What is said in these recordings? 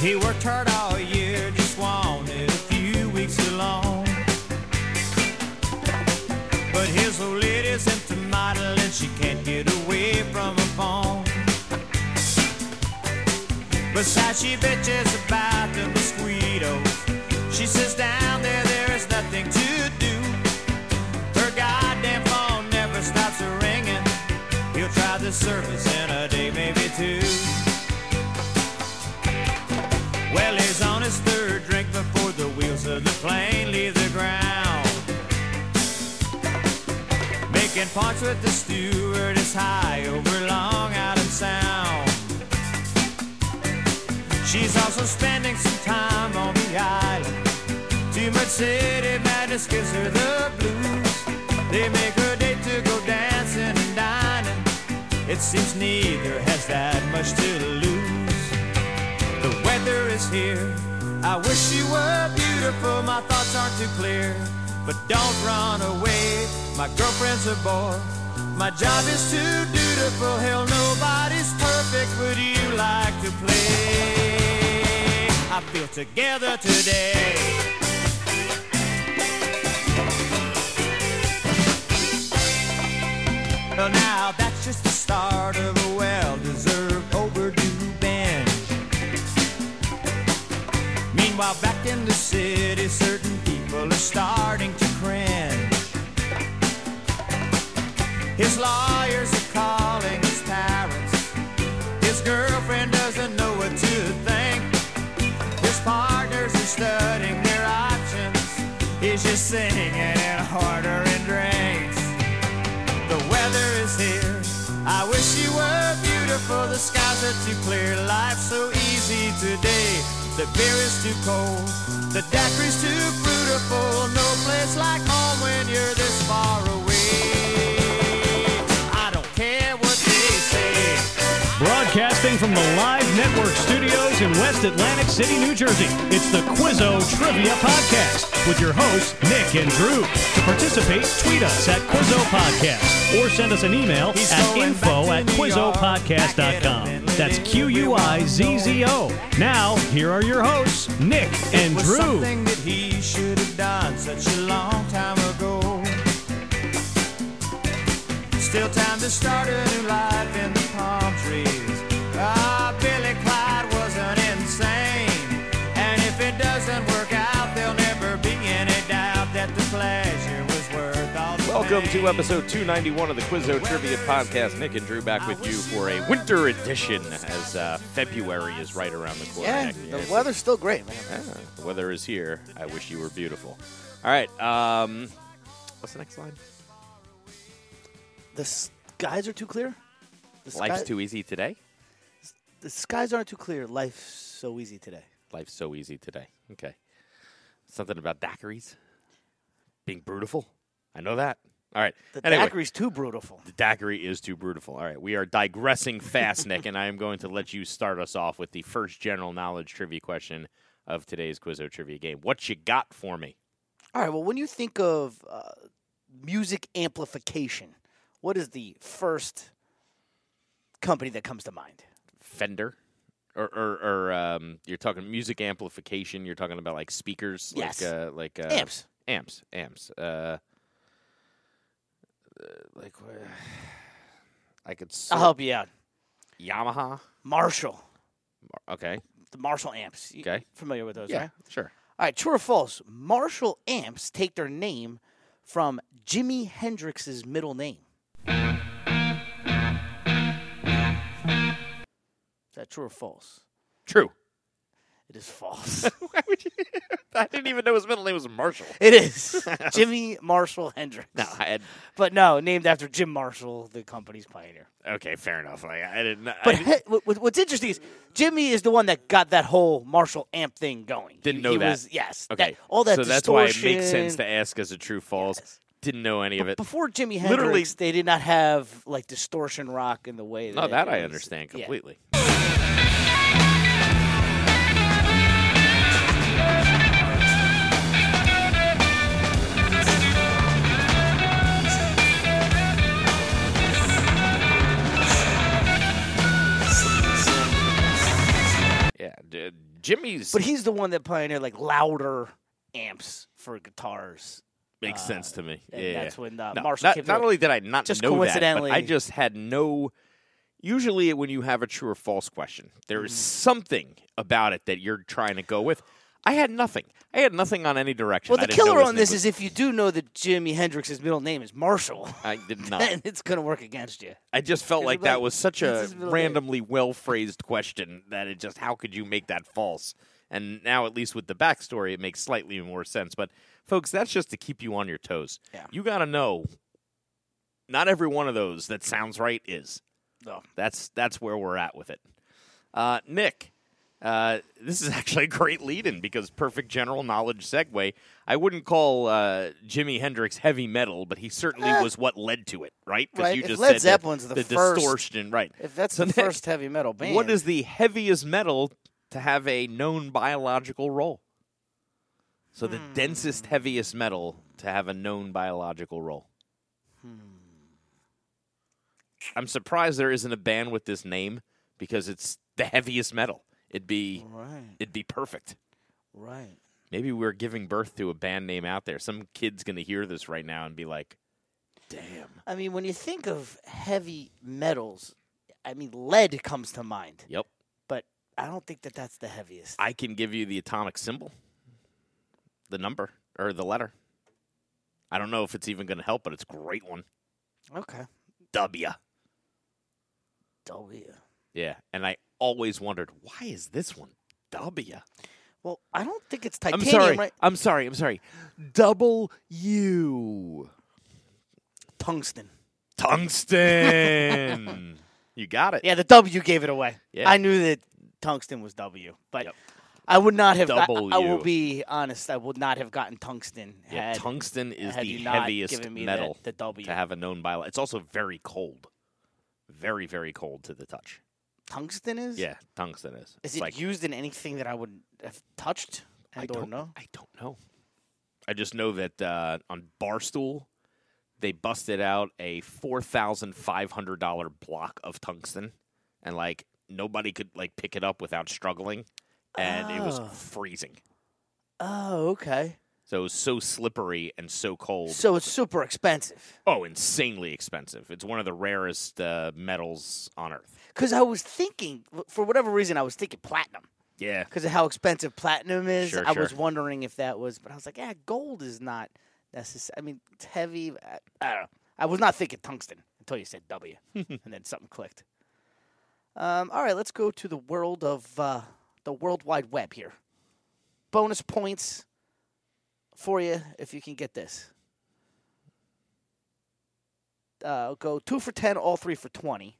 He worked hard all year, just wanted a few weeks alone. But his old lady's empty model and she can't get away from her phone. Besides, she bitches about the mosquitoes. She sits down there, there is nothing to do. Her goddamn phone never stops ringing. He'll try the service in a day, maybe two. Well, he's on his third drink before the wheels of the plane leave the ground. Making points with the steward is high over Long Island Sound. She's also spending some time on the island. Too much city madness gives her the blues. They make her date to go dancing and dining. It seems neither has that much to lose. The weather is here. I wish you were beautiful. My thoughts aren't too clear. But don't run away. My girlfriend's a bore. My job is too dutiful. Hell, nobody's perfect. Would you like to play? I feel together today. Well, now that's just the start of a well-deserved overdue binge. Meanwhile, back in the city, certain people are starting to cringe. His lawyers are calling his parents. His girlfriend doesn't know what to think. His partners are studying their options. He's just singing and ordering drinks. The weather is here. I wish you were beautiful. The skies are too clear. Life's so easy today. The beer is too cold. The daiquiri's too fruitful. No place like home when you're this far away. I don't care what they say. Broadcasting from the Live Network studios in West Atlantic City, New Jersey, it's the Quizzo Trivia Podcast with your hosts, Nick and Drew. To participate, tweet us at Quizzo Podcast or send us an email He's at going back info to at New York, back at him QuizzoPodcast.com. and That's living Q U I Z Z O. Now, here are your hosts, Nick and was Drew. something that he should have done such a long time ago. Still time to start a new life in the palm trees. Ah, Billy Clyde wasn't insane. And if it doesn't work out, there'll never be any doubt that the pleasure was worth all the Welcome to pain. episode 291 of the Quizzo Trivia Podcast. Nick and Drew back with you for a winter edition as uh, February is right around the corner. Yeah, the Yes. weather's still great, man. Yeah, the weather is here. I wish you were beautiful. All right. Um, what's the next line? The skies are too clear. The, sky- Life's too easy today. the skies aren't too clear. Life's so easy today. Life's so easy today. Okay. Something about daiquiris being brutal. I know that. All right. The anyway. daiquiri's too brutal. The daiquiri is too brutal. All right, we are digressing fast, Nick, and I am going to let you start us off with the first general knowledge trivia question of today's Quizzo trivia game. What you got for me? All right. Well, when you think of uh, music amplification, what is the first company that comes to mind? Fender, or or, or um, you're talking music amplification. You're talking about like speakers, Yes. like uh, like uh, Amps. amps, amps. Uh, uh, like uh, I could I'll sort- help you out. Yamaha. Marshall, Okay, the Marshall amps. You- Okay. Familiar with those, right? sure. All right. True or false? Marshall amps take their name from Jimi Hendrix's middle name. Is that true or false? True. It is false. Why would you? I didn't even know his middle name was Marshall. it is Jimmy Marshall Hendrix. No, I had But no, named after Jim Marshall, the company's pioneer. Okay, fair enough. Like I didn't. I But didn't- he- what- what- what's interesting is Jimmy is the one that got that whole Marshall amp thing going. Didn't He- know he that. Was, yes. okay, that- all that So that's why it distortion. makes sense to ask as a true false. Didn't know any of it. Before Jimi Hendrix, Literally- they did not have like distortion rock in the way. That No, that it I is- understand yeah. completely. Yeah, d- Jimmy's But he's the one that pioneered like louder amps for guitars. makes sense to me. and yeah, that's when, uh, No, Marshall not, came not to- only did I not just know coincidentally- that, but I just had no. Usually, when you have a true or false question, there Mm. is something about it that you're trying to go with. I had nothing. I had nothing on any direction. Well, I the didn't know killer his on name this was- is if you do know that Jimi Hendrix's middle name is Marshall, I did not. then it's going to work against you. I just felt It's like like, that was such a this is really- randomly well phrased question that it just how could you make that false? And now at least with the backstory, it makes slightly more sense. But folks, that's just to keep you on your toes. Yeah. You got to know. Not every one of those that sounds right is. No. That's that's where we're at with it. Uh, Nick, uh, this is actually a great lead-in because perfect general knowledge segue. I wouldn't call uh, Jimi Hendrix heavy metal, but he certainly was what led to it, right? 'Cause Eh. Right, You if just Led said Zeppelin's the, the the first- distortion, right? If that's So the Nick, first heavy metal band, What is the heaviest metal to have a known biological role? So the densest, heaviest metal to have a known biological role. I'm surprised there isn't a band with this name because it's the heaviest metal. It'd be right? it'd be perfect. Right. Maybe we're giving birth to a band name out there. Some kid's gonna hear this right now and be like, "Damn." I mean, when you think of heavy metals, I mean, lead comes to mind, Yep. but I don't think that that's the heaviest. I can give you the atomic symbol, the number or the letter. I don't know if it's even going to help, but it's a great one. Okay. W. W. Yeah, and I always wondered why is this one W? Well, I don't think it's I'm titanium, sorry. right? I'm sorry. I'm sorry. Double U. Tungsten. Tungsten. you got it. Yeah, the W gave it away. Yeah. I knew that tungsten was W, but Yep. I would not have. I- Double I, will U. be honest. I would not have gotten tungsten. Yeah, had, tungsten is had the you not heaviest given me metal The, the W. to have a known bio. It's also very cold. Very, very cold to the touch. Tungsten is. Yeah, tungsten is. Is It's it like, used in anything that I would have touched? and I or don't no? I don't know. I just know that uh, on Barstool, they busted out a four thousand five hundred dollar block of tungsten, and like nobody could like pick it up without struggling, and it was Oh. freezing. Oh, okay. So it was so slippery and so cold. So it's super expensive. oh, insanely expensive. It's one of the rarest uh, metals on Earth. Because I was thinking, for whatever reason, I was thinking platinum Yeah, because of how expensive platinum is. Sure, I sure. was wondering if that was, but I was like, yeah, gold is not necessary. I mean, it's heavy. I, I don't know. I was not thinking tungsten until you said W, and then something clicked. Um, all right, let's go to the world of uh, the World Wide Web here. Bonus points for you if you can get this. Uh, go two for 10, all three for 20.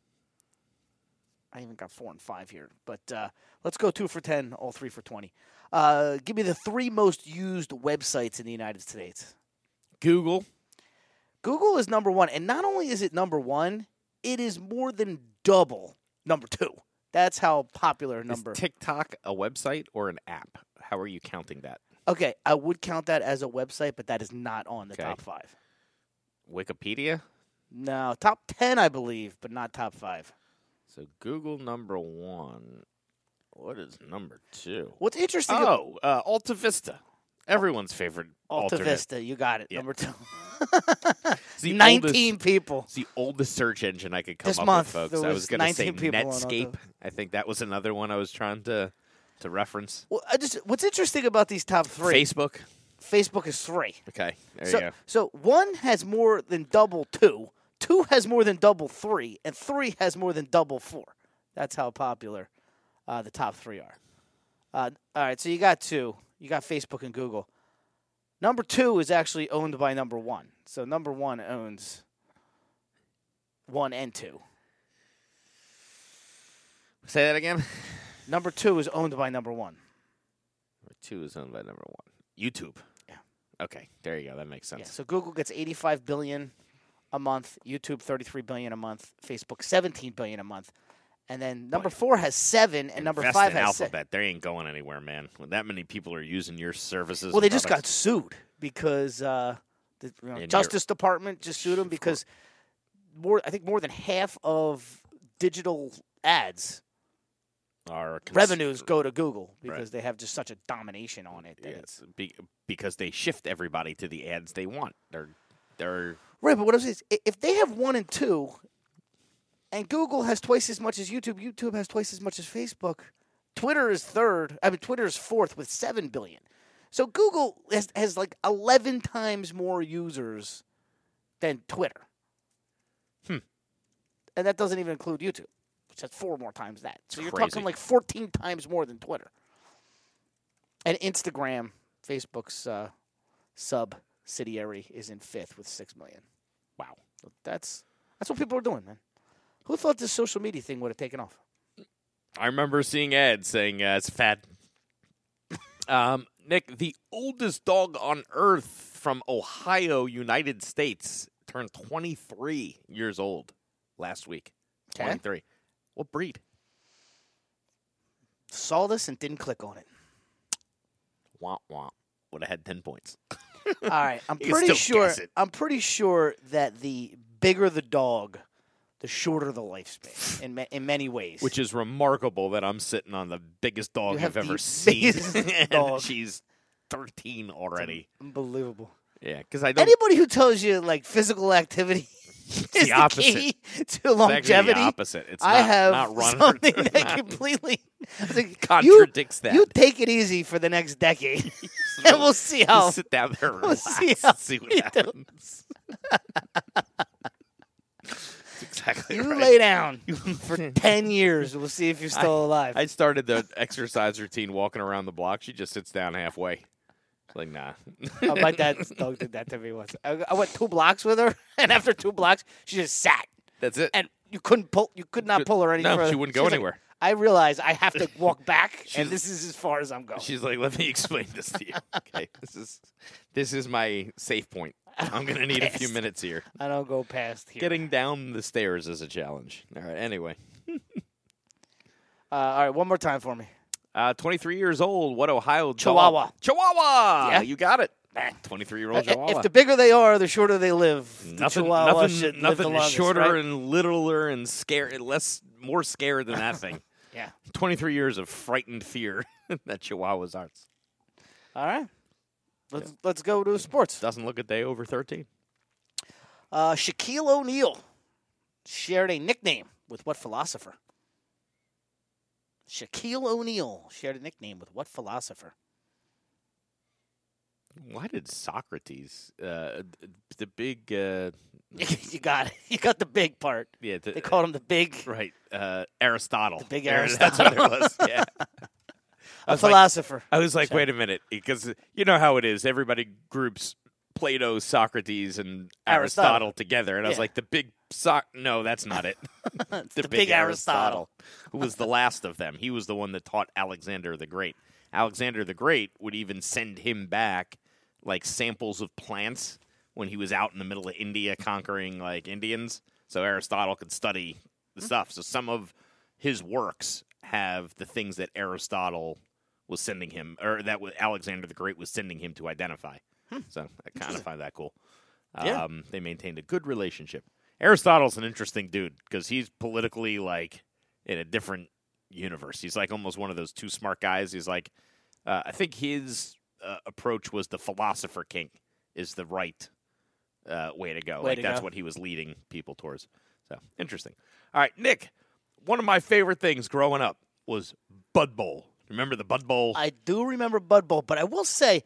I even got four and five here, but uh, let's go two for 10, all three for 20. Uh, give me the three most used websites in the United States. Google. Google is number one, and not only is it number one, it is more than double number two. That's how popular number. Is TikTok a website or an app? How are you counting that? okay, I would count that as a website, but that is not on the Okay. top five. Wikipedia. No, top 10, I believe, but not top five. So Google number one. What is number two? What's interesting about Oh, uh, Alta Vista. Everyone's favorite Alta alternate. Vista, you got it, Yeah. number two. It's the 19 Oldest, people. it's the oldest search engine I could come This up month, with, folks. there I was was going to say 19 people on Alta. Netscape. I think that was another one I was trying to to reference. Well, I just what's interesting about these top three? Facebook. Facebook is three. Okay, there So, you go. so one has more than double two, two has more than double three, and three has more than double four. That's how popular uh, the top three are. Uh, all right, so you got two. You got Facebook and Google. Number two is actually owned by number one. So number one owns one and two. Say that again. Number two is owned by number one. Number two is owned by number one. YouTube. Yeah. Okay, there you go. That makes sense. Yeah, so Google gets 85 billion a month, YouTube 33 billion a month, Facebook 17 billion a month. And then number 4 has 7 and number Invest 5 in has se- Alphabet. They ain't going anywhere, man. When that many people are using your services. Well, and they just got products- sued because uh, the you know, In Europe. Justice Department just sued them because more I think more than half of digital ads are cons- Revenues go to Google because they have just such a domination on it. That it's, Yes, be- because they shift everybody to the ads they want. They're they're right, but what I'm saying is, i- if they have one and two, and Google has twice as much as YouTube, YouTube has twice as much as Facebook, Twitter is third. I mean, Twitter is fourth with seven billion. So Google has, has like eleven times more users than Twitter. And that doesn't even include YouTube, which has four more times that. So you're Crazy. talking like fourteen times more than Twitter. And Instagram, Facebook's uh, subsidiary, is in fifth with six million. Wow, that's that's what people are doing, man. Who thought this social media thing would have taken off? I remember seeing ads saying uh, it's a fad. um, Nick, the oldest dog on earth from Ohio, United States, turned 23 years old last week. 'Kay. 23. What breed? Saw this and didn't click on it. Womp womp. Would have had 10 points. All right, I'm You can pretty still sure. guess it. I'm pretty sure that the bigger the dog, the shorter the lifespan in ma- in many ways. Which is remarkable that I'm sitting on the biggest dog You have I've ever the seen. biggest And dog. She's 13 already. unbelievable. Yeah, because I don't. Anybody who tells you like physical activity is the, opposite. key to It's actually longevity, the opposite. It's I not, have not running. something that completely I was like, Contradicts you, that. You take it easy for the next decade, and we'll see how. Just sit down there and Oh, We'll relax see how and see what you do. happens. That's exactly You right. lay down for ten years. We'll see if you're still alive. I started the exercise routine walking around the block. She just sits down halfway. Like, nah. Oh, my dad's dog did that to me once. I, I went two blocks with her, and after two blocks, she just sat, That's it. and you couldn't pull, you could not pull her any No, further. she wouldn't go was like, anywhere. I realize I have to walk back, She's- and this is as far as I'm going. She's like, let me explain this to you. Okay. This is this is my safe point. I'm gonna need a few Pissed. minutes here. I don't go past here. Getting down the stairs is a challenge. All right, anyway. uh, all right, one more time for me. Uh, 23 years old. What Ohio dog- Chihuahua. Chihuahua. Yeah. you got it. Nah. 23 year old I- Chihuahua. If the bigger they are, the shorter they live. The nothing, Chihuahua nothing, should live the nothing longest, shorter right? and littler and scare less, more scare than that thing. Yeah. 23 years of frightened fear that Chihuahuas are. All right. Let's let's go to sports. Doesn't look a day over 13. Uh, Shaquille O'Neal shared a nickname with what philosopher? Shaquille O'Neal shared a nickname with what philosopher? Why did Socrates, uh, th- the big, uh, you got it. You got the big part. yeah, the, They called him the big right, uh, Aristotle. The big That's what it was. Yeah. I was like, philosopher. I was like, wait a minute, because uh, you know how it is. Everybody groups Plato, Socrates, and Aristotle, Aristotle. together, and I was Yeah. like, the big soc. No, that's not it. the big Aristotle. who was the last of them. He was the one that taught Alexander the Great. Alexander the Great would even send him back like samples of plants when he was out in the middle of India conquering like Indians, so Aristotle could study the Hmm. stuff. So some of his works have the things that Aristotle was sending him, or that wa- Alexander the Great was sending him to identify. Hmm. So I kind of find that cool. Yeah. Um, they maintained a good relationship. Aristotle's an interesting dude because he's politically like in a different universe. He's like almost one of those two smart guys. He's like, uh, I think his uh, approach was the philosopher king is the right uh, way to go. Way like to that's go. what he was leading people towards. So interesting. All right, Nick. One of my favorite things growing up was Bud Bowl. Remember the Bud Bowl? I do remember Bud Bowl, but I will say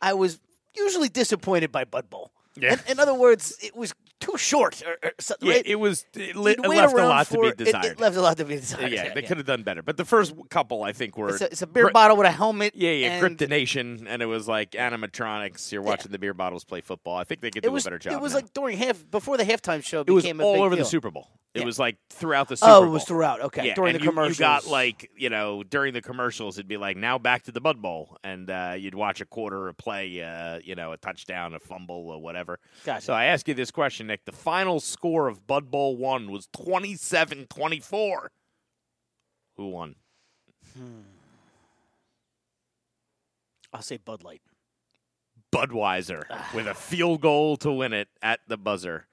I was usually disappointed by Bud Bowl. Yeah. In, in other words, it was too short or, or something. yeah, right? it was. It, You'd li- it wait left a around lot to for- be it- desired. It, left a lot to be desired. yeah, they could have done better. But the first couple, I think, were It's a, it's a beer Gri- bottle with a helmet. Yeah, yeah, and Cryptonation, and it was like animatronics. You're watching the beer bottles play football. I think they could do It was a better job. It was now. like during half before the halftime show. it was became a all big over the deal. Super Bowl. It Yeah. was like throughout the Super Oh, Bowl. it was throughout. Okay, Yeah, during and the you, commercials. you got like you know during the commercials, it'd be like now back to the Bud Bowl, and uh, you'd watch a quarter, a play, uh, you know, a touchdown, a fumble, or whatever. Gotcha. So I ask you this question, Nick: the final score of Bud Bowl one was 27-24. Who won? I'll say Bud Light. Budweiser with a field goal to win it at the buzzer.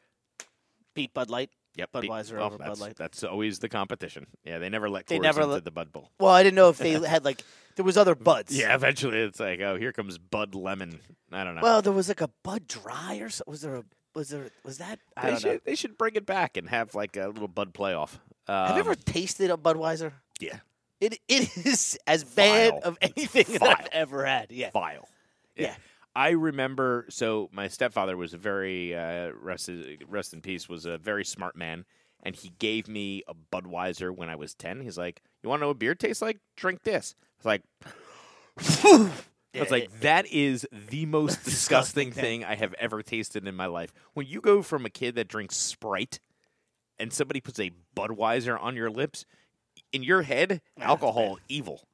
Beat Bud Light. Yep. Budweiser well, over Bud that's, Light. That's always the competition. Yeah, they never let They Coors never into let- the Bud Bowl. Well, I didn't know if they had like there was other buds. Yeah, eventually it's like, oh, here comes Bud Lemon. I don't know. Well, there was like a Bud Dry or so. Was there a was there was that? I they don't should know. they should bring it back and have like a little Bud playoff. Um, Have you ever tasted a Budweiser? Yeah, It it is as bad Vile. of anything that I've Vile. ever had. Yeah. vile. Yeah. I remember. So my stepfather was a very uh, rest rest in peace was a very smart man, and he gave me a Budweiser when I was ten. He's like, "You want to know what beer tastes like? Drink this." It's like, I was like, "That is the most disgusting thing I have ever tasted in my life." When you go from a kid that drinks Sprite, and somebody puts a Budweiser on your lips, in your head, alcohol evil.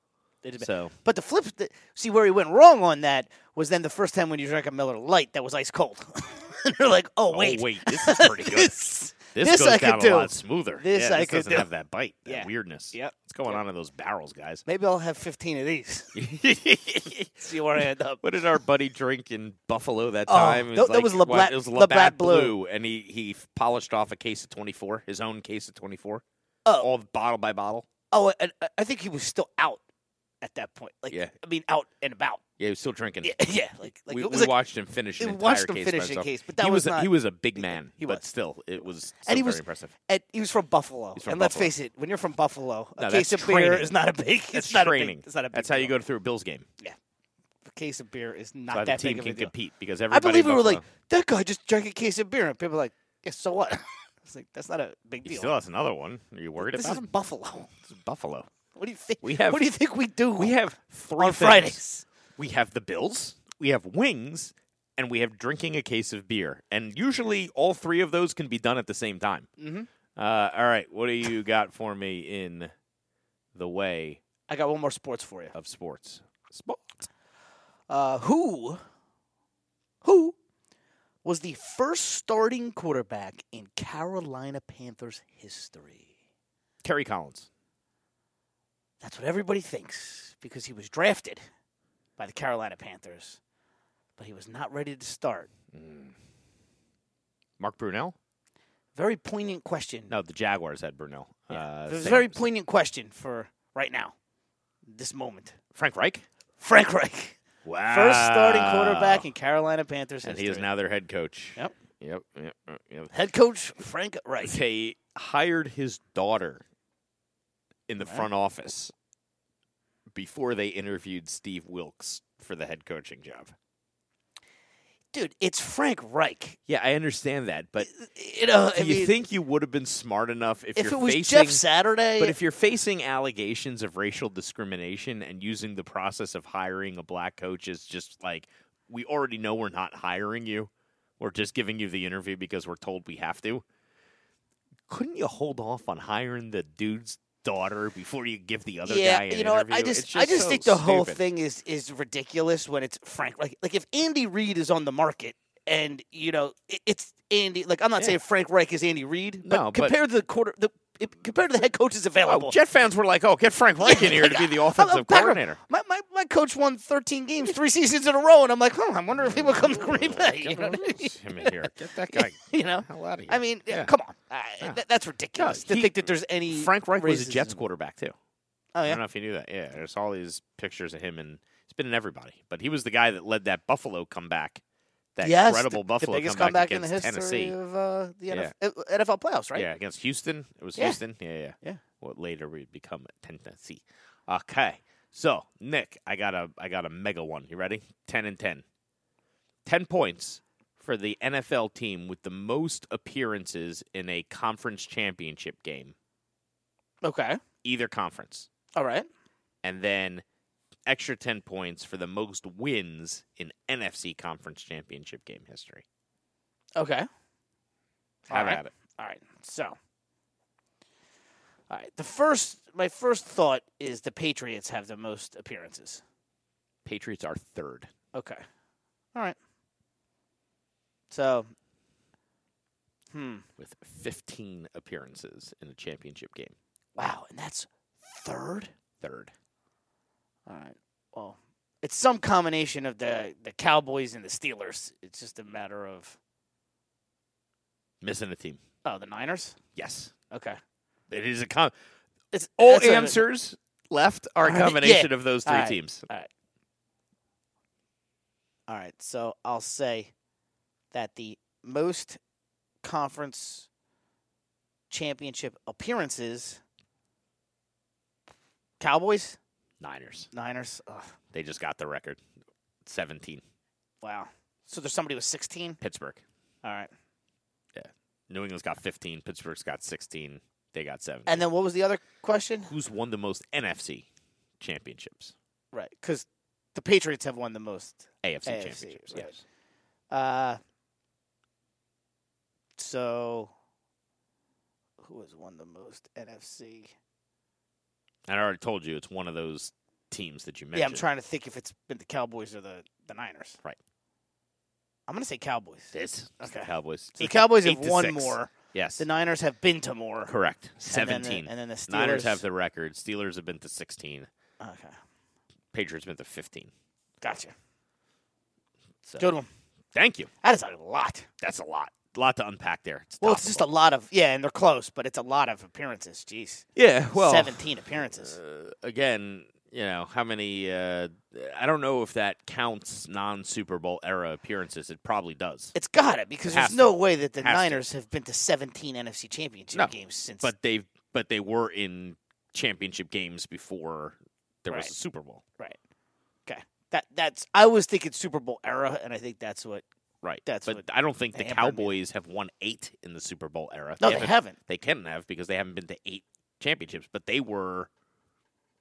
It is bad. So But the flip, the, see where he went wrong on that was then the first time when you drank a Miller Light that was ice cold. and you're like, oh wait, oh wait, this is pretty good. this, This, this goes I down could do. a lot smoother. This yeah, I this could doesn't do. have that bite, that Yeah. weirdness. Yep. What's going on in those barrels, guys? Maybe I'll have 15 of these. see where I end up. what did our buddy drink in Buffalo that Oh, time? It that- that was what- Labatt- It was Labatt Labatt Blue. Blue. and he he f- polished off a case of twenty four, his own case of twenty four. Oh. all bottle by bottle. Oh, and I- I think he was still out at that point. Like, Yeah. I mean, out and about. Yeah, he was still drinking. Yeah, yeah. Like, like we it was we like, watched him finish an we entire watched him case finish by a himself. case, but that he was was, a, he not- was a big he- man, he but was. still it was still he very was- impressive. and he was from Buffalo. He's from and let's Buffalo. face it, when you're from Buffalo, a No, case of that's beer training. is not a big. It's That's not A training. big, it's not a big. That's how you deal. go through a Bills game. A case of beer is not So the that team big of can a deal. compete because I everybody. believe in we were like, Buffalo- that guy just drank a case of beer, and people were like, yeah, so what? It's like that's not a big He deal. still has another one. Are you worried this about is him? Buffalo. It's Buffalo. What do you think? We have- what do you think we do? We have three on things. Fridays. We have the Bills, we have wings, and we have drinking a case of beer. And usually, all three of those can be done at the same time. Mhm. Uh, all right, what do you got for me in the way I got one more sports for you. of sports? Sports. Uh, who, who was the first starting quarterback in Carolina Panthers history? Terry Collins. That's what everybody thinks because he was drafted by the Carolina Panthers, but he was not ready to start. Mark Brunell? Very poignant question. No, the Jaguars had Brunell. Yeah. Uh, it was a Sam- very poignant question for right now, this moment. Frank Reich? Frank Reich, Wow. first starting quarterback in Carolina Panthers Ah. And history. he is now their head coach. Yep. Yep. Yep. yep, yep. head coach Frank Reich. they hired his daughter in the front office before they interviewed Steve Wilkes for the head coaching job. Dude, it's Frank Reich. Yeah, I understand that, but You know, I do you mean, think you would have been smart enough if, if you're it was facing Jeff Saturday, but if you're facing allegations of racial discrimination and using the process of hiring a black coach is just like we already know we're not hiring you, we're just giving you the interview because we're told we have to. Couldn't you hold off on hiring the dude's daughter before you give the other yeah, guy an you know, what, interview? I It's just, I just so think the whole stupid. thing is is ridiculous when it's Frank. Like, like if Andy Reid is on the market, and you know, it, it's Andy. Like, I'm not Yeah. saying Frank Reich is Andy Reid, but No, but- compared to the quarter, the it, compared to the head coaches available. Oh, Jet fans were like, "Oh, get Frank Reich in here to be the offensive I'm- I'm back- coordinator." My, my, my coach won 13 games, three seasons in a row, and I'm like, oh, I wonder if he will come to Green Bay. You know, what I mean? Get him in here. Get that guy You know? hell out of here. I mean, Yeah. come on, I- that- that's ridiculous to he- think that there's any Frank Reich was a racism. Jets quarterback too. Oh I don't yeah, know if you knew that. Yeah, there's all these pictures of him, and he's been in everybody. But he was the guy that led that Buffalo comeback, that yes, incredible the, Buffalo the biggest comeback, comeback in the against history Tennessee. of uh, the Yeah. NF NFL, playoffs, right? Yeah, against Houston. It was Yeah. Houston. Yeah, yeah, Yeah. What later would become Tennessee. Okay, so Nick, I got a I got a mega one. You ready? Ten and ten. Ten points for the NFL team with the most appearances in a conference championship game, Okay, either conference. all right. and then extra 10 points for the most wins in NFC conference championship game history. Okay. Have Alright. at it. All right. So. All right. The first my first thought is the Patriots have the most appearances. Patriots are third. Okay. All right. So Hmm. With 15 appearances in a championship game. Wow, and that's third? Third. All right. Well, it's some combination of the the Cowboys and the Steelers. It's just a matter of Missing a team. oh, the Niners? Yes, Okay. it is a com- It's all that's what I meant. answers left are a All right, yeah. combination of those three All right. teams. All right, so I'll say that the most conference championship appearances Cowboys, Niners. Niners. Ugh, They just got the record. Seventeen. wow. So there's somebody with 16. Pittsburgh. All right. New England's got fifteen. Pittsburgh's got sixteen. They got seven. And then what was the other question? Who's won the most NFC championships? Right, cuz the Patriots have won the most. AFC, AFC, championships. right. Yes. Uh So who has won the most NFC? And I already told you it's one of those teams that you mentioned. Yeah, I'm trying to think if it's been the Cowboys or the, the Niners. Right. I'm gonna say Cowboys. So This it's the Okay. Cowboys. the Eight- Cowboys eight have to won six. more. Yes. The Niners have been to more. Correct. And then the- Seventeen. And then the, Steelers Niners have the record. Steelers have been to sixteen. Okay. Patriots been to fifteen. Gotcha. So Good one. thank you. That is a lot. That's a lot. A lot to unpack there. It's Well, it's just a topical. lot of yeah, and they're close, but it's a lot of appearances. Jeez. yeah. Well, seventeen appearances. uh, again, you know, how many? Uh, I don't know if that counts non Super Bowl era appearances. It probably does, It's gotta because has there's no to. way that the Has to. Niners have been to seventeen NFC Championship No, games since. but they but they were in championship games before there was Right. a Super Bowl. right. Okay. That that's I was thinking Super Bowl era, and I think that's what. Right. That's but what I don't think the hampered me. Cowboys have won eight in the Super Bowl era. No, they haven't- haven't. They can have because they haven't been to eight championships, but they were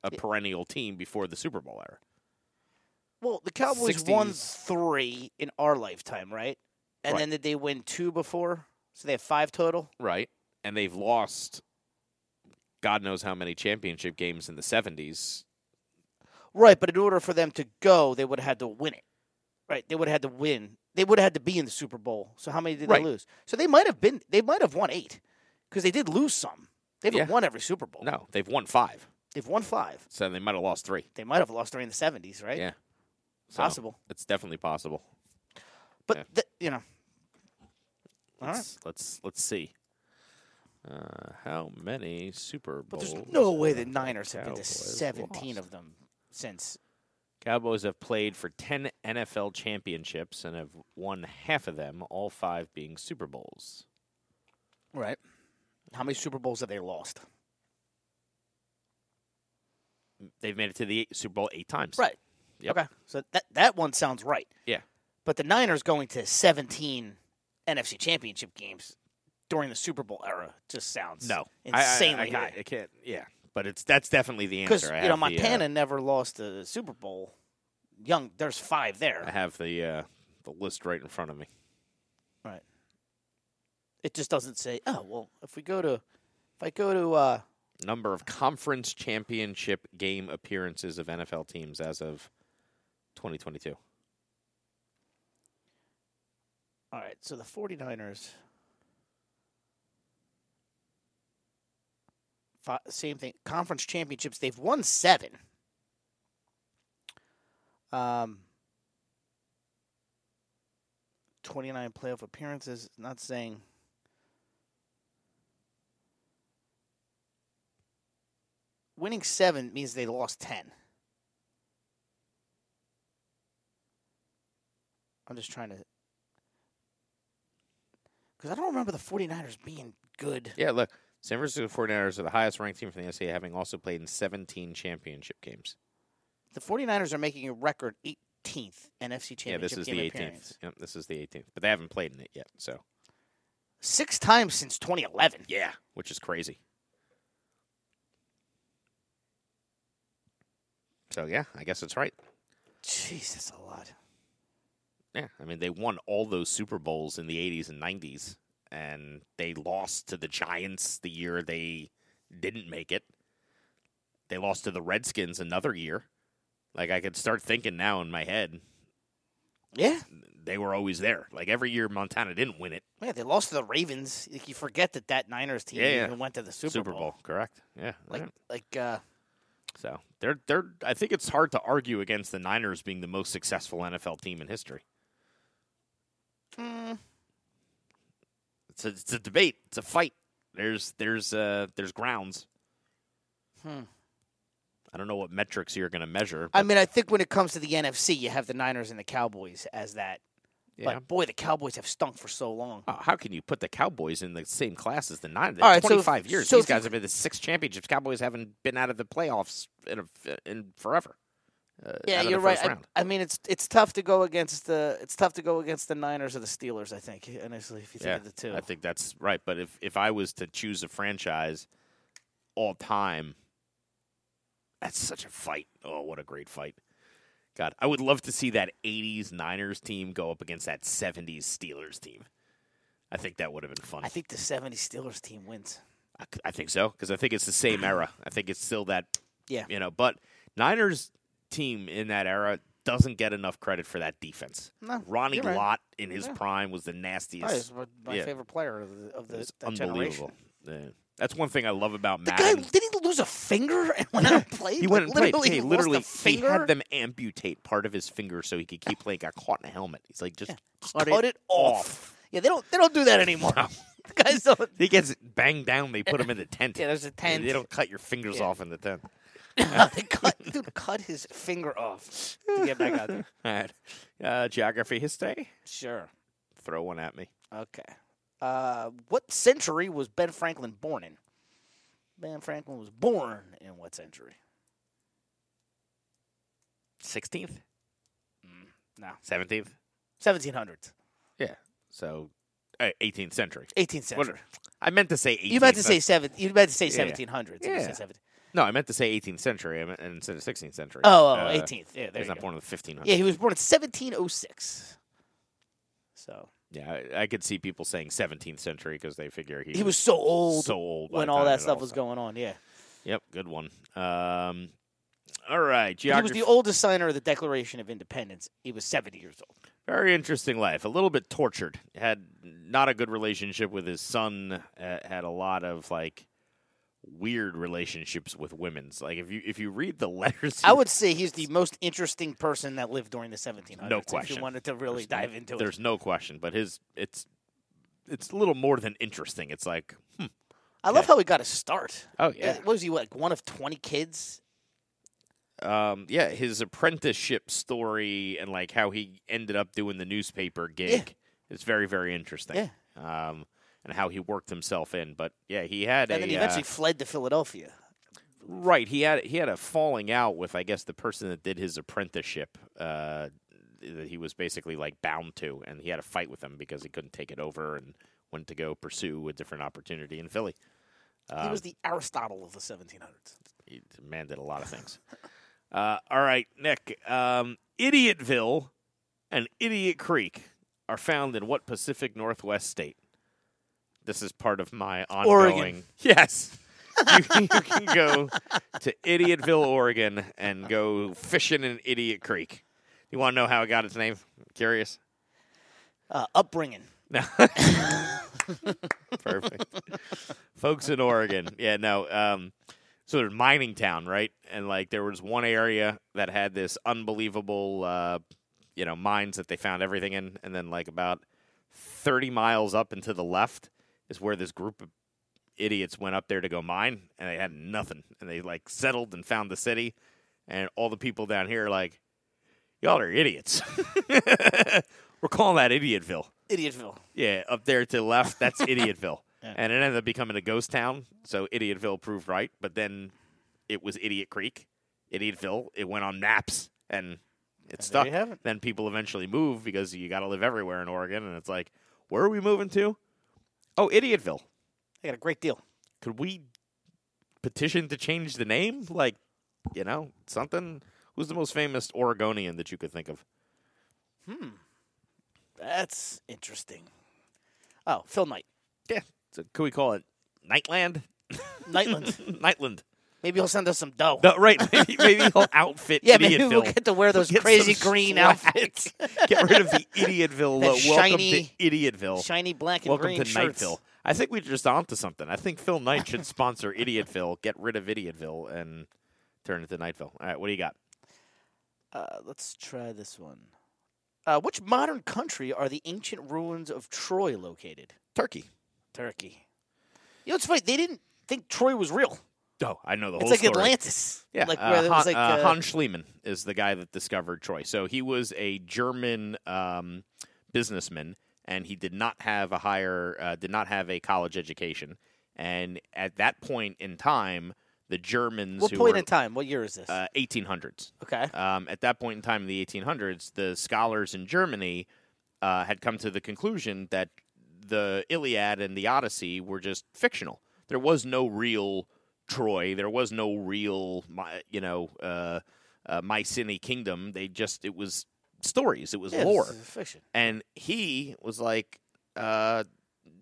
a Yeah. perennial team before the Super Bowl era. Well, the Cowboys won 60s. three in our lifetime, right? And Right. then did they win two before? So they have five total. Right. And they've lost God knows how many championship games in the 70s. Right, but in order for them to go, they would have had to win it. Right, they would have had to win. They would have had to be in the Super Bowl. So how many did Right. they lose? So they might have been. They might have won eight because they did lose some. They haven't Yeah. won every Super Bowl. No, they've won five. They've won five. So they might have lost three. They might have lost during the seventies, right? Yeah. So Possible. It's definitely possible. But Yeah. th- you know, All right. Let's, let's let's see. Uh, how many Super but Bowls? there's no way the Niners have been to Cowboys seventeen lost. of them since. Cowboys have played for 10 NFL championships and have won half of them, all five being Super Bowls. Right. How many Super Bowls have they lost? They've made it to the eight- Super Bowl eight times. Right. Yep. Okay. So that that one sounds right. Yeah. But the Niners going to 17 NFC Championship games during the Super Bowl era just sounds No. I- I- I, insanely can't- high. I can't. Yeah. But it's that's definitely the Because answer. I you know have the, uh, Montana never lost a Super Bowl. Young, there's five I there. have the uh, the list right in front of me. Right. It just doesn't say. Oh well, if we go to, if I go to, uh, Number of conference championship game appearances of NFL teams as of 2022. all right. So the 49ers. Fi same thing. Conference championships. They've won seven. Um, 29 playoff appearances. Not saying. Winning seven means they lost 10. I'm just trying to. Because I don't remember the 49ers being good. Yeah, look, San Francisco 49ers are the highest ranked team from the NCAA, having also played in 17 championship games. The 49ers are making a record 18th NFC championship Yeah, this is game the 18th. appearance. Yep, this is the 18th, but they haven't played in it yet. So Six times since 2011. yeah, which is crazy. So yeah, I guess it's right. Jeez, that's a lot. Yeah, I mean they won all those Super Bowls in the 80s and 90s, and they lost to the Giants the year they didn't make it. They lost to the Redskins another year. Like I could start thinking now in my head, Yeah. they were always there. Like every year Montana didn't win it. Yeah, they lost to the Ravens. Like, you forget that that Niners team Yeah, yeah. even went to the Super, Bowl. correct? Yeah. Like, right. like, uh, So they're they're. I think it's hard to argue against the Niners being the most successful NFL team in history. mm, It's a, it's a debate. It's a fight. There's there's uh there's grounds. Hmm. I don't know what metrics you're going to measure. I mean, I think when it comes to the NFC, you have the Niners and the Cowboys as that. Yeah. But boy, the Cowboys have stunk for so long. Uh, How can you put the Cowboys in the same class as the Niners? All right, so if- 25 years. so These if you- guys have been to six championships. Cowboys haven't been out of the playoffs in, a, in forever. Uh, Yeah, out of you're the right. first I, round. I mean, it's it's tough to go against the it's tough to go against the Niners or the Steelers. I think honestly, if you think yeah, of the two, I think that's right. But if, if I was to choose a franchise all time, that's such a fight. Oh, what a great fight. God, I would love to see that 80s Niners team go up against that 70s Steelers team. I think that would have been fun. I think the 70 Steelers team wins. I, c- I think so because I think it's the same era. I think it's still that, Yeah. you know. But Niners team in that era doesn't get enough credit for that defense. No, Ronnie you're right. Lott in his Yeah. prime was the Oh, he's nastiest. my my yeah. favorite player of the, of the It's that generation. unbelievable. Yeah. That's one thing I love about The guy Madden. didn't he lose a finger and went out and played. he went and Like, played. literally, Hey, he lost literally, a he finger. had them amputate part of his finger so he could keep playing. Got caught in a helmet. He's like, just cut, cut it off. Yeah, they don't they don't do that anymore. No. the guys don't. He gets banged down. They put him in the tent. Yeah, there's a They- tent. They don't cut your fingers Yeah. off in the tent. they cut, dude, cut his finger off to get back out there. All right. Uh, geography history. Sure. Throw one at me. Okay. Uh, what century was Ben Franklin born in? Ben Franklin was born in what century? 16th, No, 17th. 1700s, Yeah. So, uh, 18th century. 18th century. I meant to say 18th. you meant to say cent- seven. You meant to say Yeah. 1700s. and you Yeah. said 17. No, I meant to say 18th century I meant, and instead of 16th century. Oh, Uh, oh, 18th. Yeah, there He's you not go. born in the 1500s. Yeah, he was born in 1706. So Yeah, I, I could see people saying 17th century because they figure he, he was so old so old by when the all time that it stuff all was started. going on. Yeah, Yep, good one. Um, all right, he was geography. the oldest signer of the Declaration of Independence. He was 70 years old. Very interesting life. A little bit tortured. Had not a good relationship with his son. Uh, had a lot of like weird relationships with women's. Like if you if you read the letters, I would say he's the most interesting person that lived during the 1700s. No If question. you wanted to really dive into There's it, no question. But his it's it's a little more than interesting. It's like hmm. I love how he got his start. Uh, oh What was he like one of 20 kids? um, yeah, his apprenticeship story and like how he ended up doing the newspaper gig. It's very very interesting. Yeah. Um, and how he worked himself in, but yeah, he had And a then he uh, eventually fled to Philadelphia. Right. He had he had a falling out with I guess the person that did his apprenticeship uh, that he was basically like bound to, and he had a fight with him because he couldn't take it over and went to go pursue a different opportunity in Philly. he Um, was the Aristotle of the 1700s. he demanded a lot of things. uh, all right, Nick. Um, Idiotville and Idiot Creek are found in what Pacific Northwest state? This is part of my ongoing. Oregon. Yes. you, you can go to Idiotville, Oregon, and go fishing in Idiot Creek. You want to know how it got its name? Curious? Uh, upbringing. No. Perfect. Folks in Oregon. Yeah, no. Um, so there's mining town, right? And like there was one area that had this unbelievable, uh, you know, mines that they found everything in, and then like about 30 miles up and to the left is where this group of idiots went up there to go mine, and they had nothing, and they like settled and found the city, and all the people down here are like, y'all are idiots. We're calling that Idiotville. Idiotville. Yeah, up there to the left, that's Idiotville. Yeah. And it ended up becoming a ghost town, so Idiotville proved right, but then it was Idiot Creek, Idiotville. It went on maps and it there stuck. you have it. Then people eventually move because you got to live everywhere in Oregon and it's like, where are we moving to? Oh, Idiotville. They got a great deal. Could we petition to change the name? Like, you know, something. Who's the most famous Oregonian that you could think of? That's interesting. Oh, Phil Knight. Yeah. So could we call it Nightland? Knightland. Nightland. Maybe he'll send us some dough. No, right. Maybe, maybe he'll outfit yeah, maybe Idiotville. we'll get to wear those Get crazy some green slacks. outfits. Get rid of the Idiotville. logo. That Welcome shiny- to Idiotville. Shiny black and Welcome green to shirts. Nightville. I think we're just onto something. I think Phil Knight should sponsor Idiotville, get rid of Idiotville, and turn it to Nightville. All right, what do you got? Uh, let's try this one. Uh, which modern country are the ancient ruins of Troy located? Turkey. Turkey. You know what's funny? They didn't think Troy was real. Oh, I know the It's whole like story. Atlantis. Yeah, Like uh, where there was Han, uh, like uh, Hans Schliemann is the guy that discovered Troy. So he was a German um, businessman, and he did not have a higher, uh, did not have a college education. And at that point in time, the Germans what who point were in time? What year is this? uh, 1800s. okay. Um, at that point in time in the 1800s, the scholars in Germany uh, had come to the conclusion that the Iliad and the Odyssey were just fictional. There was no real Troy. There was no real, my, you know, uh, uh, Mycenae kingdom. They just it was stories. It was Yeah, this lore. is Fiction. And he was like, uh,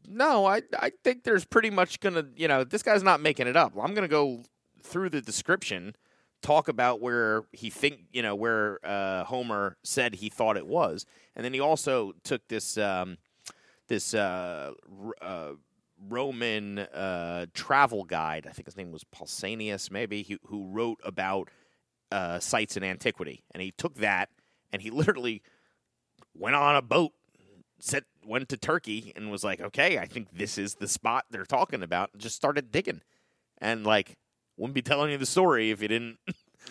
no, I, I think there's pretty much going to, you know, this guy's not making it up. I'm going to go through the description, talk about where he think, you know, where uh, Homer said he thought it was. And then he also took this, um, this uh, r- uh, Roman uh, travel guide, I think his name was Pausanias, maybe, who, who wrote about uh, sites in antiquity. And he took that and he literally went on a boat, set, went to Turkey, and was like, okay, I think this is the spot they're talking about. And just started digging. And like, wouldn't be telling you the story if you didn't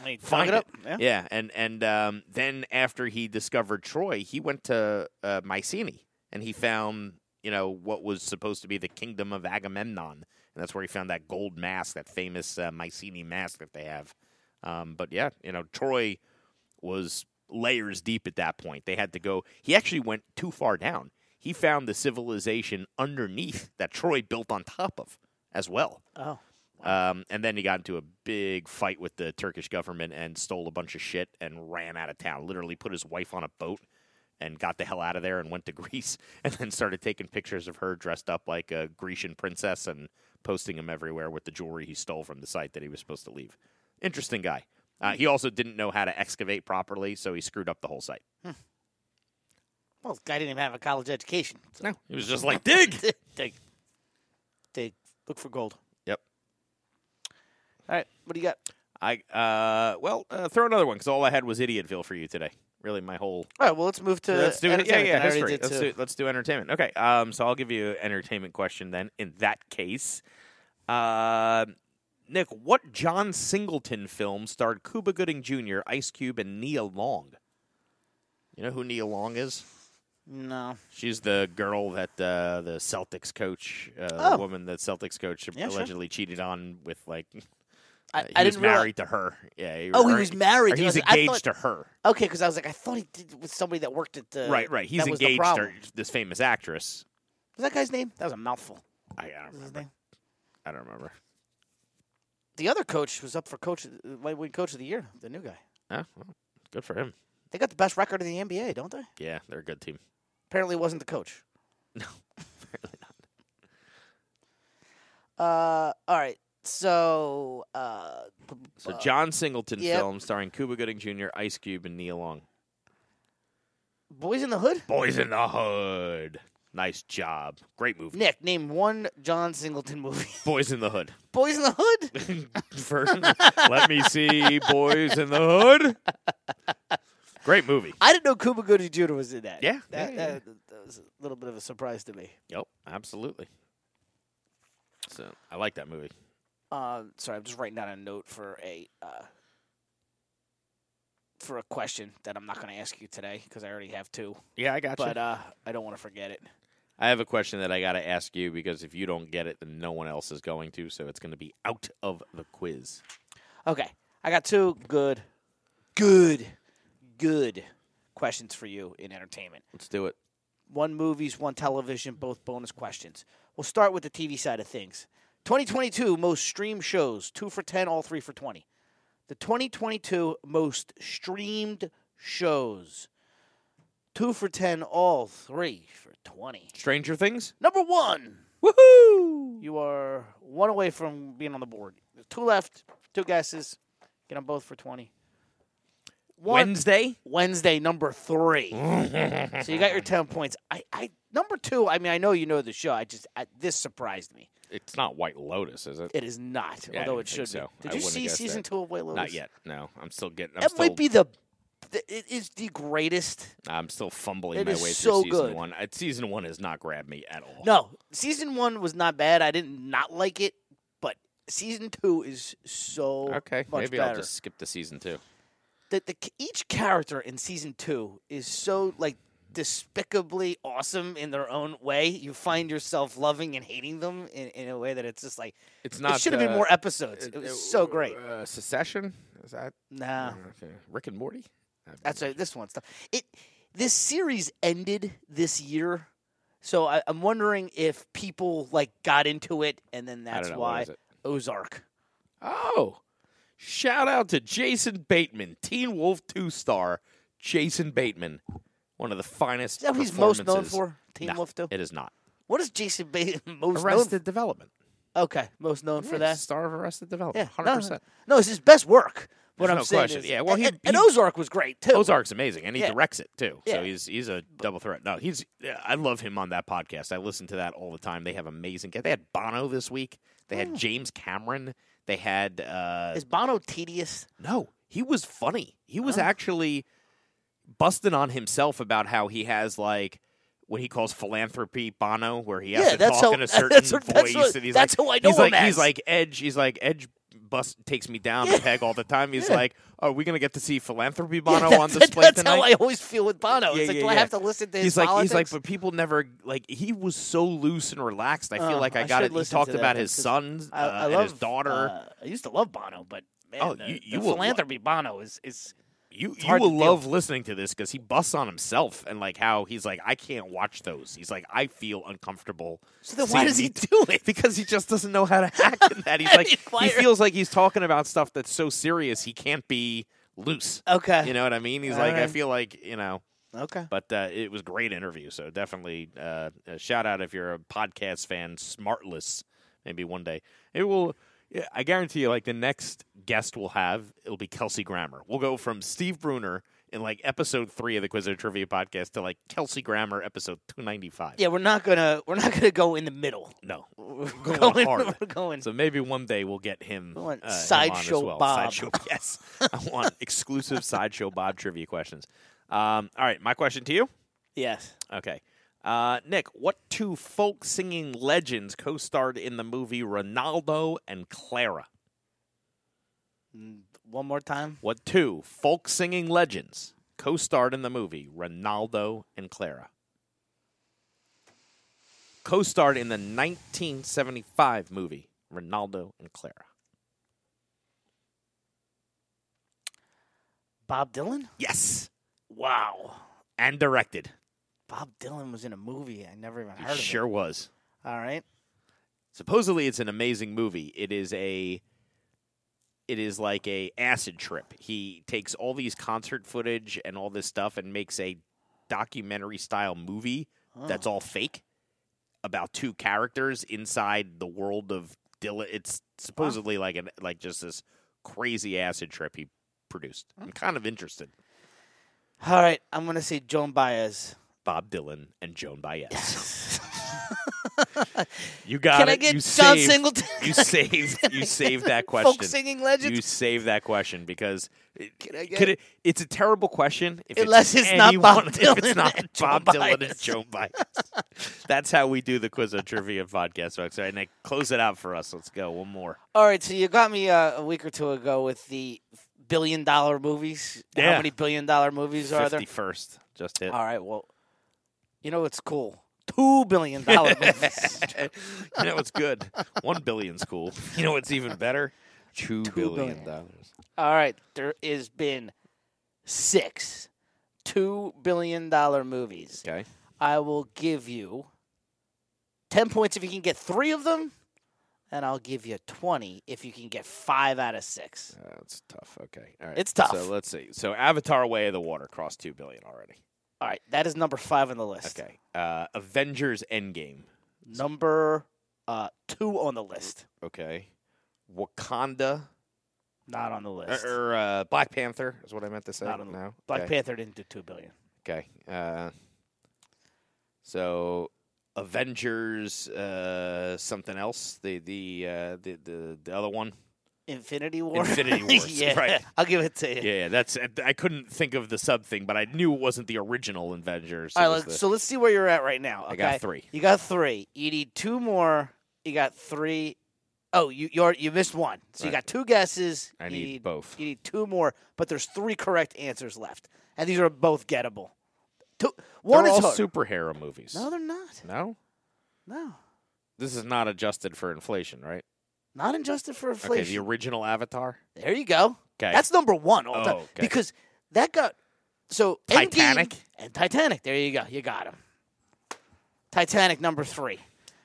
I mean, find it up. Yeah. Yeah. and and um, then after he discovered Troy, he went to uh, Mycenae and he found you know what was supposed to be the kingdom of Agamemnon, and that's where he found that gold mask, that famous uh, Mycenae mask that they have. Um, but yeah, you know Troy was layers deep at that point. They had to go. He actually went too far down. He found the civilization underneath that Troy built on top of as well. Oh. Um, and then he got into a big fight with the Turkish government and stole a bunch of shit and ran out of town. Literally put his wife on a boat and got the hell out of there and went to Greece and then started taking pictures of her dressed up like a Grecian princess and posting them everywhere with the jewelry he stole from the site that he was supposed to leave. Interesting guy. Uh, he also didn't know how to excavate properly, so he screwed up the whole site. Well, this guy didn't even have a college education. So. No, he was just like, dig! dig. Dig. Look for gold. Yep. All right. What do you got? I uh, well, uh, throw another one because all I had was Idiotville for you today. Really, my whole All right. Well, let's move to let's do it. Yeah, entertainment. yeah, I already history. did Let's too. do, let's do entertainment. Okay. Um, so I'll give you an entertainment question then. In that case, uh, Nick, what John Singleton film starred Cuba Gooding Jr., Ice Cube, and Nia Long? You know who Nia Long is? No. She's the girl that uh, the Celtics coach, uh, the Oh. woman that Celtics coach Yeah, sure. allegedly cheated on with. Like, I, he I was didn't married to her. Yeah. Realize, oh, or- he was married. or he's I was like- I engaged thought- to her. Okay, because I was like, I thought he did with somebody that worked at the. Right, right. He's that was the engaged to problem. this famous actress. Was that guy's name? That was a mouthful. I, I don't What was his remember. name? I don't remember. The other coach was up for coach, might win coach of the year. The new guy. Yeah, Oh, well, good for him. They got the best record in the NBA, don't they? Yeah, they're a good team. Apparently, it wasn't the coach. Uh, all right. So, uh, b- b- So uh, John Singleton yep. film starring Cuba Gooding Jr., Ice Cube, and Neil Long. Boys in the Hood. Boys in the Hood. Nice job. Great movie. Nick, name one John Singleton movie. Boys in the Hood. Boys in the Hood. First, let me see Boys in the Hood. Great movie. I didn't know Cuba Gooding Jr. was in that. Yeah, that, yeah, yeah. That, that was a little bit of a surprise to me. Yep, absolutely. So I like that movie. Uh, sorry, I'm just writing down a note for a uh, for a question that I'm not going to ask you today because I already have two, Yeah, I got but uh, I don't want to forget it. I have a question that I got to ask you because if you don't get it, then no one else is going to. So it's going to be out of the quiz. Okay, I got two good, good, good questions for you in entertainment. Let's do it. One movies, one television, both bonus questions. We'll start with the TV side of things. 2022 most streamed shows, two for 10, all three for 20. The 2022 most streamed shows, two for 10, all three for 20. Stranger Things. Number one, Woohoo! you are one away from being on the board. There's two left, two guesses. Get them both for 20. One- Wednesday. Wednesday, number three. so you got your ten points. I, I number two. I mean, I know you know the show. I just I, this surprised me. It's not White Lotus, is it? It is not, Yeah, I although didn't think it should so. be. I Did you wouldn't see have guessed season that. two of White Lotus? Not yet. No, I'm still getting. I'm that still, might be the th- it is the greatest. I'm still fumbling It my way is through so season good. one. Uh, season one has not grabbed me at all. No, season one was not bad. I did not like it, but season two is so Okay, much maybe better. I'll just skip to season two. the, the each character in season two is so like despicably awesome in their own way. You find yourself loving and hating them in, in a way that it's just like It's not. it should have been uh, more episodes. It, was so great. Uh, secession is that Nah, okay. Rick and Morty? I've that's right. This one stuff. It this series ended this year, so I, I'm wondering if people like got into it, and then I don't that's know, what why is it? Ozark. Oh, shout out to Jason Bateman, Teen Wolf two star. Jason Bateman, one of the finest. Is that what he's most known performances- for? Team No, Wolf 2? It is not What is Jason Bateman most known Arrested Development. for? Okay, most known for Yeah, that. star of Arrested Development. Yeah, hundred no, percent. No, it's his best work. What There's I'm no saying question. is, Yeah, well, and, he- and- and he- Ozark was great too. Ozark's amazing, and he Yeah. directs it too. Yeah. So he's he's a double threat. No, he's yeah, I love him on that podcast. I listen to that all the time. They have amazing. guests. They had Bono this week. They had James Cameron. They had uh, Oh. is Oh. Bono tedious? no. He was funny. He was actually busting on himself about how he has like what he calls philanthropy Bono, where he has Yeah, to that's talk how- in a certain that's what- voice. that's what- and he's that's like, who I know he's him like, He's as. like Edge. He's like Edge. Bus takes me down a peg all the time. He's like, "Are we gonna get to see philanthropy Bono Yeah, on that- display that's tonight?" how I always feel with Bono. Yeah, it's like, yeah, do I yeah. have to listen to his he's like he's like politics? but people never like he was so loose and relaxed i feel Uh, like i, I got should it he listen talked to that. about his That's just- sons I, I uh, love and his daughter uh, I used to love Bono, but man, Oh, the, you- the you will philanthropy Bono is is you you hard to will deal. love listening to this because he busts on himself and like how he's like i can't watch those he's like i feel uncomfortable so then why seeing does he me do it? because he just doesn't know how to act in that he's I like mean, why he are- feels like he's talking about stuff that's so serious he can't be loose Okay, you know what i mean he's like i Alright. feel like you know okay. But uh, it was a great interview, so definitely uh, a shout out if you're a podcast fan. Smartless, maybe one day it will. yeah, I guarantee you, like the next guest we'll have, it'll be Kelsey Grammer. We'll go from Steve Bruner in like episode three of the Quiz of Trivia podcast to like Kelsey Grammer episode two ninety five. Yeah, we're not gonna we're not gonna go in the middle. No, We're going hard. We're going. so maybe one day we'll get him. I want uh, him on as Sideshow well. Bob. Sideshow, yes, I want exclusive sideshow Bob trivia questions. Um, all right, my question to you. yes. Okay. Uh, Nick, what two folk singing legends co starred in the movie Ronaldo and Clara? Mm, One more time. What two folk singing legends co starred in the movie Ronaldo and Clara? Co starred in the 1975 movie Ronaldo and Clara. Bob Dylan. Yes. Wow. And directed. Bob Dylan was in a movie I never even He heard of. it. sure was. All right. supposedly it's an amazing movie it is a it is like a acid trip he takes all these concert footage and all this stuff and makes a documentary style movie that's all fake about two characters inside the world of Dylan. It's supposedly like an like just this crazy acid trip he produced. Hmm. I'm kind of interested. All right, I'm gonna say Joan Baez. Bob Dylan and Joan Baez. you got Can it. I get you John saved. Singleton? You saved. You saved that question. Folk singing legends. You save that question because it, Can I get- could it, it's a terrible question if Unless it's, it's not Bob anyone- if Dylan it's and not Joan Bob Dylan and Baez. Joan Baez. That's how we do the quiz of trivia podcast, folks. All right, Nick, close it out for us. Let's go one more. All right, so you got me uh, a week or two ago with the billion dollar movies. Yeah. How many billion dollar movies are there? Fifty first, just hit. All right, well, you know what's cool? Two billion dollar movies. you know it's good. One billion's cool. You know what's even better? Two billion billion. dollars. All right, there has been six two billion dollar movies. Okay. I will give you 10 points if you can get three of them, and I'll give you 20 if you can get five out of six. That's tough. Okay. All right. It's tough. So let's see. So Avatar Way of the Water crossed 2 billion already. All right, that is number five on the list. Okay. Uh, Avengers Endgame. Number uh, two on the list. Okay. Wakanda Not on the or, list. or, uh, Black Panther is what I meant to say. Not on the- no. Black okay. Panther didn't do 2 billion. Okay. Uh, so Avengers uh, something else. The the uh, the, the the other one. Infinity War. Infinity Wars, yeah, right. I'll give it to you. Yeah, yeah, that's. I couldn't think of the sub thing, but I knew it wasn't the original Avengers. All It right, was let- the- so let's see where you're at right now. Okay? I got three. You got three. You need two more. You got three oh you you you missed one. So you Right. got two guesses. I you need both. You need two more, but there's three correct answers left, and these are both gettable. Two, one They're is all hard. superhero movies. no, they're not. No? No, this is not adjusted for inflation, right? not adjusted for Okay, the inflation. original Avatar. there you go. 'Kay. That's number one all Oh, time okay. because that got so Endgame Titanic? and Titanic. There you go. You got him. Titanic number three.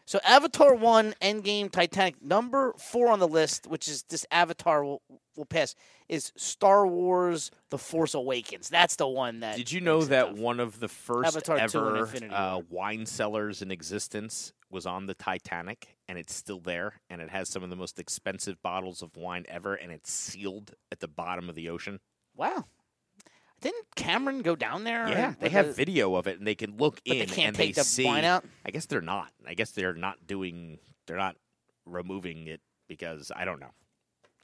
So Avatar one, Endgame, Titanic number four on the list, which is this Avatar will will pass is Star Wars: The Force Awakens. That's the one that Did you know makes it that tough. one of the first Avatar two and ever Infinity uh, War. wine cellars in existence was on the Titanic, and it's still there, and it has some of the most expensive bottles of wine ever, and it's sealed at the bottom of the ocean. Wow, didn't Cameron go down there? Yeah, and- they with have the- video of it, and they can look But in they can't and take they the see. wine out? I guess they're not. I guess they're not doing. They're not removing it because I don't know.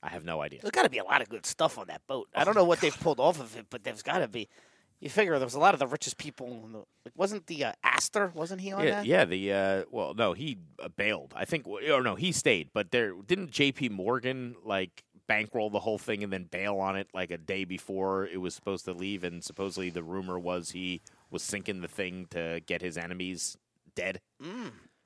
I have no idea. There's got to be a lot of good stuff on that boat. Oh I don't know what they've pulled off of it, but there's got to be. You figure there's a lot of the richest people. In the, like, wasn't the uh, Astor? Wasn't he on yeah, that? yeah. The uh, well, no, he uh, bailed. I think, or no, he stayed. But there didn't J.P. Morgan like bankroll the whole thing and then bail on it like a day before it was supposed to leave. And supposedly the rumor was he was sinking the thing to get his enemies dead.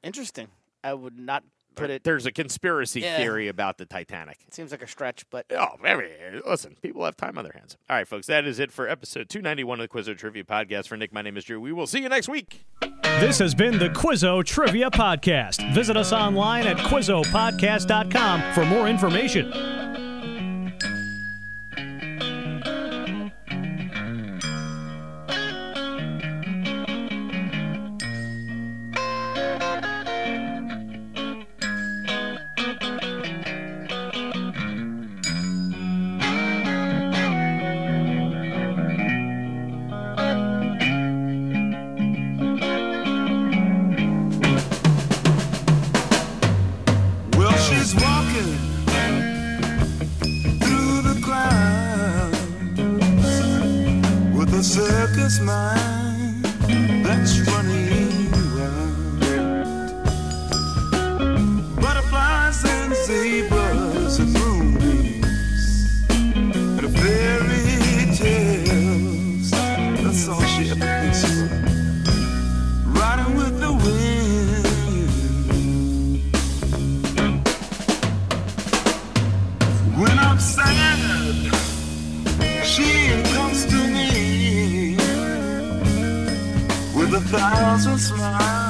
Interesting. I would not put it. There's a conspiracy Yeah. theory about the Titanic. It seems like a stretch, but Oh, very. Listen, people have time on their hands. All right, folks, that is it for episode 291 of the Quizzo Trivia Podcast. For Nick, my name is Drew. We will see you next week. This has been the Quizzo Trivia Podcast. Visit us online at QuizzoPodcast.com for more information. Well, she's walking through the clouds with a circus mind that's running round. Butterflies and zebras and moonbeams and a fairy tales. That's all she ever thinks about. Riding with the wind. When I'm sad, she comes to me with a thousand smiles.